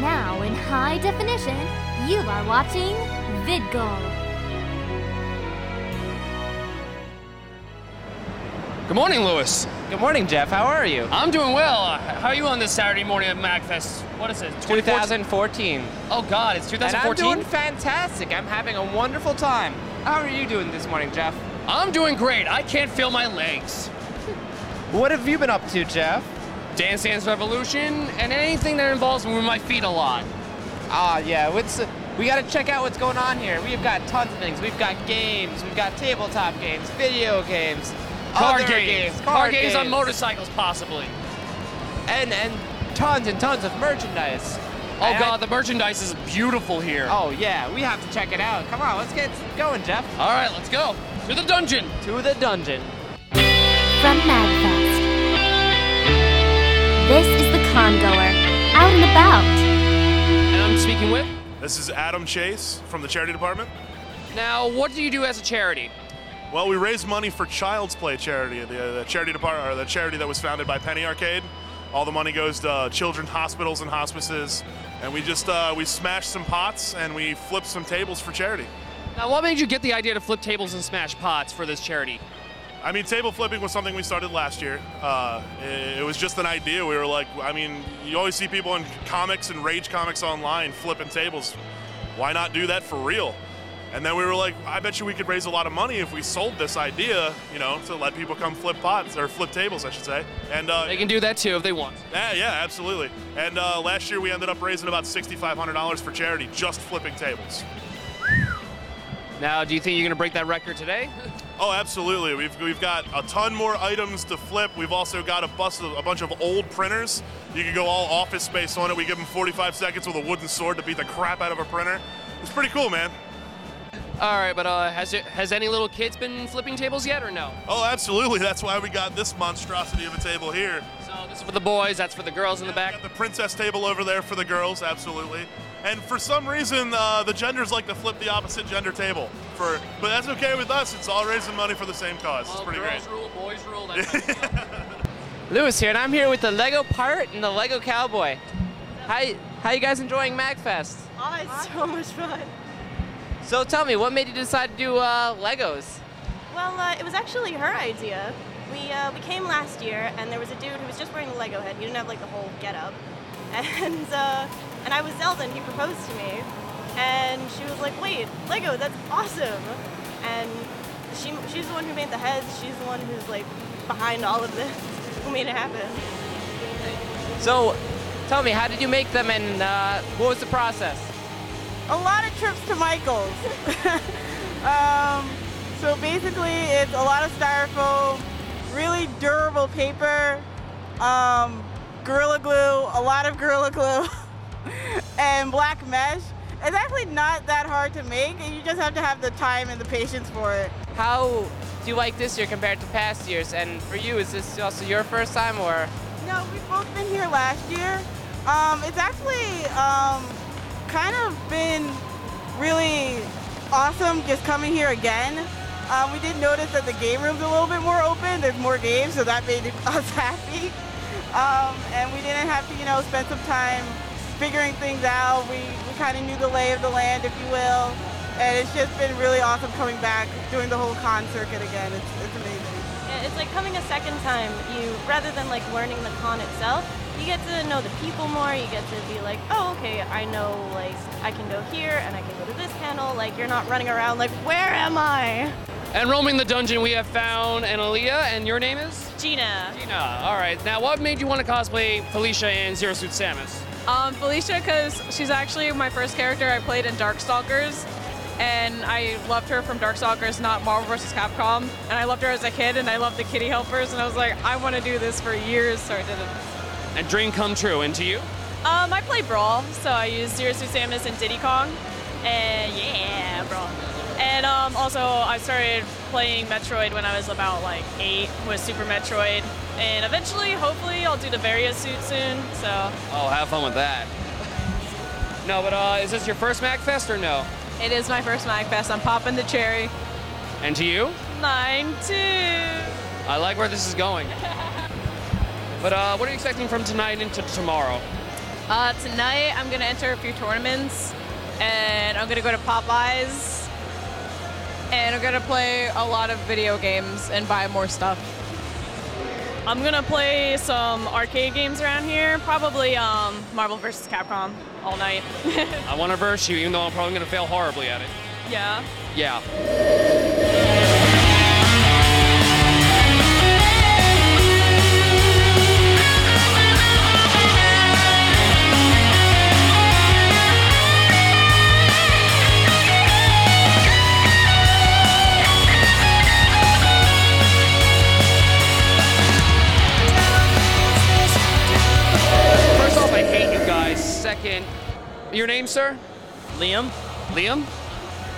Now in high definition, you are watching VidGold. Good morning, Lewis. Good morning, Jeff. How are you? I'm doing well. Uh, How are you on this Saturday morning at MagFest? What is it? 2014? 2014. Oh God, it's And I'm 2014. doing fantastic. I'm having a wonderful time. How are you doing this morning, Jeff? I'm doing great. I can't feel my legs. What have you been up to, Jeff? Dance Dance Revolution and anything that involves moving my feet a lot. Ah, yeah. What's we got to check out what's going on here. We've got tons of things. We've got games. We've got tabletop games, video games, Car other games, games, car, games. on motorcycles, possibly. and and tons and tons of merchandise. Oh And I- God, the merchandise is beautiful here. oh yeah, we have to check it out. Come on, let's get going, Jeff. All right, let's go to the dungeon. To the dungeon. From MagFest. This is the congoer, out and about. And I'm speaking with. This is Adam Chase from the charity department. Now, what do you do as a charity? Well, we raise money for Child's Play charity, the, the charity department, or the charity that was founded by Penny Arcade. All the money goes to uh, children's hospitals and hospices, and we just uh, we smash some pots and we flip some tables for charity. Now, what made you get the idea to flip tables and smash pots for this charity? I mean, table flipping was something we started last year. Uh, it, it was just an idea. We were like, I mean, you always see people in comics and rage comics online flipping tables. Why not do that for real? And then we were like, I bet you we could raise a lot of money if we sold this idea, you know, to let people come flip pots or flip tables, I should say. And uh, They can do that too if they want. yeah, yeah, absolutely. And uh, last year we ended up raising about $6,500 for charity just flipping tables. Now, do you think you're gonna break that record today? Oh, absolutely. We've, we've got a ton more items to flip. We've also got a, bus, a bunch of old printers. You can go all office space on it. We give them 45 seconds with a wooden sword to beat the crap out of a printer. It's pretty cool, man. All right, but uh, has it, has any little kids been flipping tables yet or no? Oh, absolutely. That's why we got this monstrosity of a table here. So this is for the boys. That's for the girls in the back. We got the princess table over there for the girls, absolutely. And for some reason, uh, the genders like to flip the opposite gender table. For, but that's okay with us. It's all raising money for the same cause. It's Well, pretty great. girls rule, boys rule. That kind of stuff. Lewis here, and I'm here with the Lego Pirate and the Lego Cowboy. Hi, how you guys enjoying MagFest? Oh, it's so much fun. So tell me, what made you decide to do uh, Legos? Well, uh, it was actually her idea. We, uh, we came last year, and there was a dude who was just wearing a Lego head. He didn't have like the whole getup, and uh, and I was Zelda, and he proposed to me, and she was like, "Wait, Lego, that's awesome!" And she she's the one who made the heads. She's the one who's like behind all of this, who made it happen. So tell me, how did you make them, and uh, what was the process? a lot of trips to Michael's. um, so basically, it's a lot of styrofoam, really durable paper, um, Gorilla Glue, a lot of Gorilla Glue, and black mesh. It's actually not that hard to make, and you just have to have the time and the patience for it. How do you like this year compared to past years? And for you, is this also your first time, or No, we've both been here last year. Um, it's actually um, kind of been really awesome just coming here again. Um, we did notice that the game room's a little bit more open. There's more games, so that made us happy. Um, and we didn't have to, you know, spend some time figuring things out. We, we kind of knew the lay of the land, if you will. And it's just been really awesome coming back, doing the whole con circuit again. It's, it's amazing. Yeah, it's like coming a second time. You rather than like learning the con itself, you get to know the people more. You get to be like, oh, okay, I know like I can go here and I can go to this panel. Like you're not running around like, where am I? and roaming the dungeon, we have found an Aaliyah, and your name is Gina. Gina. All right. Now, what made you want to cosplay Felicia and Zero Suit Samus? Um, Felicia, because she's actually my first character I played in Darkstalkers, and I loved her from Darkstalkers, not Marvel vs. Capcom. And I loved her as a kid, and I loved the kitty helpers, and I was like, I want to do this for years, so I did it. A dream come true. And to you? Um, I play Brawl, so I use Zero Suit Samus and Diddy Kong, and yeah, Brawl. And um, also, I started playing Metroid when I was about like eight with Super Metroid, and eventually, hopefully, I'll do the Varia suit soon. So Oh, have fun with that. No, but uh, is this your first MagFest or no? It is my first MagFest. I'm popping the cherry. And to you? Mine too. I like where this is going. but uh, what are you expecting from tonight into tomorrow? Uh, tonight, I'm going to enter a few tournaments, and I'm going to go to Popeyes, and I'm going to play a lot of video games and buy more stuff. I'm going to play some arcade games around here, probably um, Marvel vs. Capcom all night. I want to verse you, even though I'm probably going to fail horribly at it. yeah. Yeah. First off, I hate you guys. Second, your name, sir? Liam, Liam?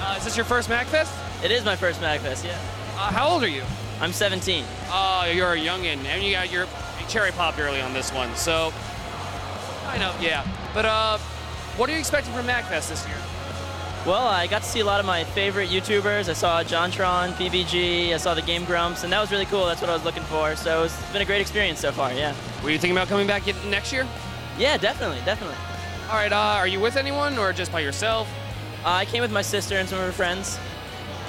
Uh, is this your first MacFest? it is my first MagFest, yeah. Uh, how old are you? I'm 17. Oh, you're a youngin', and you got your cherry popped early on this one, so I know, yeah. But uh, what are you expecting from MacFest this year? Well, I got to see a lot of my favorite YouTubers. I saw JonTron, PBG, I saw the Game Grumps, and that was really cool. That's what I was looking for. So it's been a great experience so far, yeah. Were you thinking about coming back in- next year? Yeah, definitely, definitely. All right, uh, are you with anyone or just by yourself? Uh, I came with my sister and some of her friends.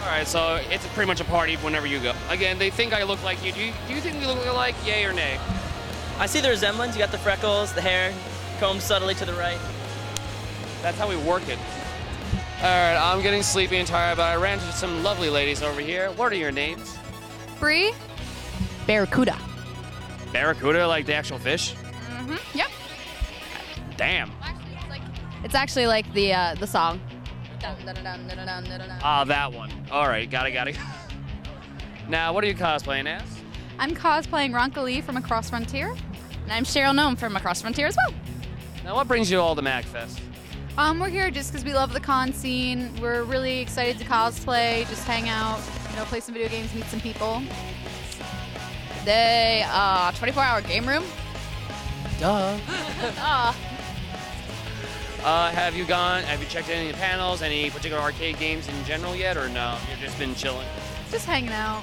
All right, so it's pretty much a party whenever you go. Again, they think I look like you. Do you, do you think we look alike? Yay or nay? I see the resemblance. You got the freckles, the hair, combed subtly to the right. That's how we work it. All right, I'm getting sleepy and tired, but I ran into some lovely ladies over here. What are your names? Bree? Barracuda. Barracuda, like the actual fish? Mm-hmm, Yep. Damn. Actually, it's, like, it's actually like the uh, the song. Dun, dun, dun, dun, dun, dun, dun, dun. Ah, that one. All right, got it, got it. now, what are you cosplaying as? I'm cosplaying Ronka Lee from Across Frontier, and I'm Cheryl Gnome from Across Frontier as well. Now, what brings you all to MacFest? Um, we're here just because we love the con scene. We're really excited to cosplay, just hang out, you know, play some video games, meet some people. They uh, 24-hour game room. Duh. Uh, Uh, have you gone? Have you checked any of the panels? Any particular arcade games in general yet, or no? You've just been chilling. just hanging out.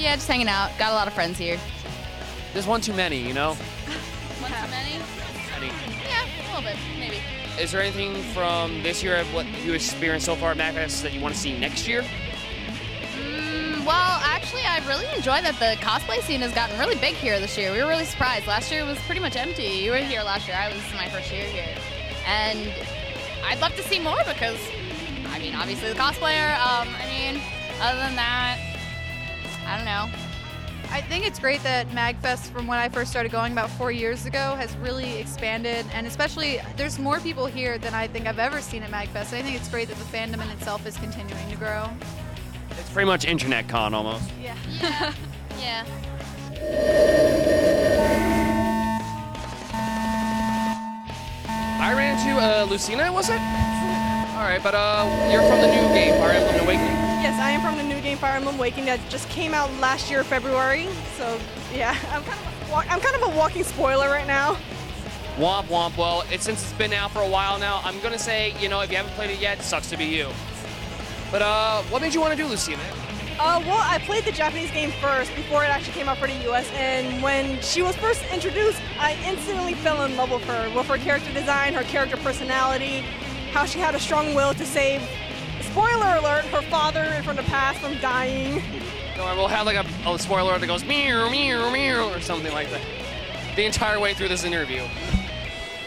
Yeah, just hanging out. Got a lot of friends here. There's one too many, you know. One too many? Any- Yeah, a little bit, maybe. Is there anything from this year of what you experienced so far at MacFest that you want to see next year? Mm, well, actually, I really enjoy that the cosplay scene has gotten really big here this year. We were really surprised. Last year was pretty much empty. You were here last year. I was this is my first year here, and I'd love to see more because, I mean, obviously the cosplayer. Um, I mean, other than that, I don't know. I think it's great that MagFest, from when I first started going about four years ago, has really expanded, and especially there's more people here than I think I've ever seen at MagFest. I think it's great that the fandom in itself is continuing to grow. It's pretty much internet con almost. Yeah. I ran into uh, Lucina, was it? All right, but uh, you're from the new game, Fire Emblem Awakening. Yes, I am from the new game Fire Emblem Waking that just came out last year, February. So yeah, I'm kind of a, wa- I'm kind of a walking spoiler right now. Womp womp. Well, it, since it's been out for a while now, I'm gonna say, you know, if you haven't played it yet, sucks to be you. But uh, what made you want to do Lucina? Uh, well, I played the Japanese game first before it actually came out for the US, and when she was first introduced, I instantly fell in love with her, with her character design, her character personality, how she had a strong will to save. Spoiler alert: her father from the past from dying. Or we'll have like a, a spoiler that goes meow meow meow or something like that the entire way through this interview.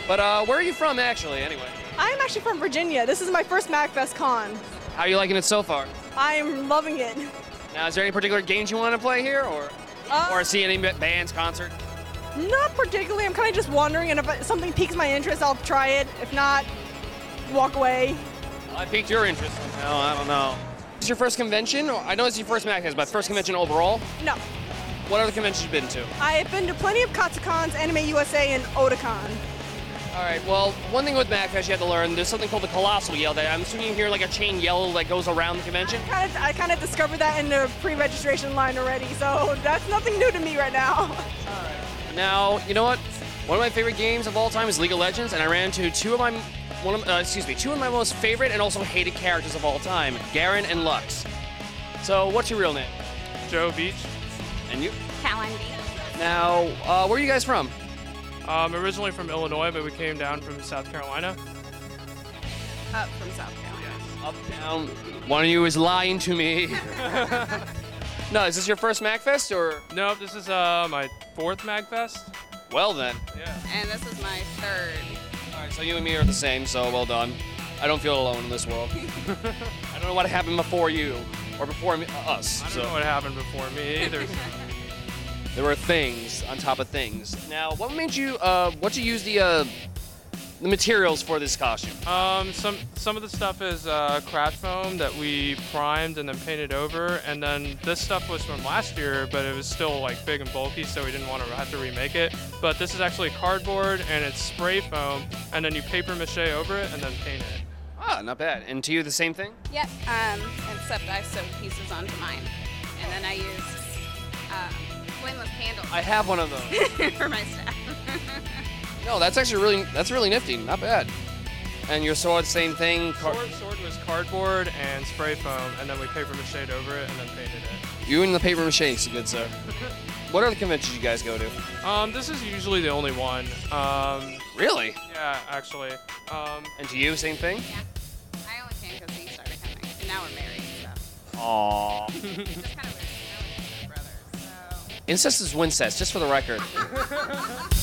But uh, where are you from actually? Anyway, I'm actually from Virginia. This is my first MagFest con. how are you liking it so far? I'm loving it. Now, is there any particular games you want to play here, or Uh, or see any ba- bands, concert? Not particularly. I'm kind of just wandering, and if it- something piques my interest, I'll try it. If not, walk away. Well, I piqued your interest somehow. I don't know. Is your first convention? Or- I know it's your first MacFest, but first convention overall. No. What other conventions you been to? I have been to plenty of Katsukons, Anime USA, and Otakon. All right. Well, one thing with MacFest you had to learn. There's something called the colossal yell. That I'm assuming you hear like a chain yell that goes around the convention. Kind of, I kind of discovered that in the pre-registration line already, so that's nothing new to me right now. Now, you know what? One of my favorite games of all time is League of Legends, and I ran into two of my, one of, uh, excuse me, two of my most favorite and also hated characters of all time, Garen and Lux. So, what's your real name? Joe Beach. And you? Calendar. Now, uh, where are you guys from? Um, originally from Illinois, but we came down from South Carolina. Up from South Carolina. Up, down. One of you is lying to me. no, is this your first MagFest or? No, this is uh, my fourth MagFest. Well then. And this is my third. All right, so you and me are the same. So well done. I don't feel alone in this world. I don't know what happened before you or before me, uh, us. I don't so. know what happened before me either. There were things on top of things. Now, what made you? Uh, what you use the uh, the materials for this costume? um, some some of the stuff is uh, craft foam that we primed and then painted over, and then this stuff was from last year, but it was still like big and bulky, so we didn't want to have to remake it. But this is actually cardboard and it's spray foam, and then you paper mache over it and then paint it. Ah, not bad. And to you, the same thing. Yep. Um, except I sewed pieces onto mine, and then I used um, pointless candles. I have one of those. for my staff. No, that's actually really that's really nifty. Not bad. And your sword, same thing. Car- Sword, sword was cardboard and spray foam, and then we paper mache over it and then painted it. You and the paper mache, so good sir. What other conventions you guys go to? Um, this is usually the only one. Um, Really? Yeah, actually. Um, And to you, same thing. I only came because he started coming, and now we're married. So Aww. it's just kind of weird. 'cause I was with my brother, so. Incest is wincest, just for the record.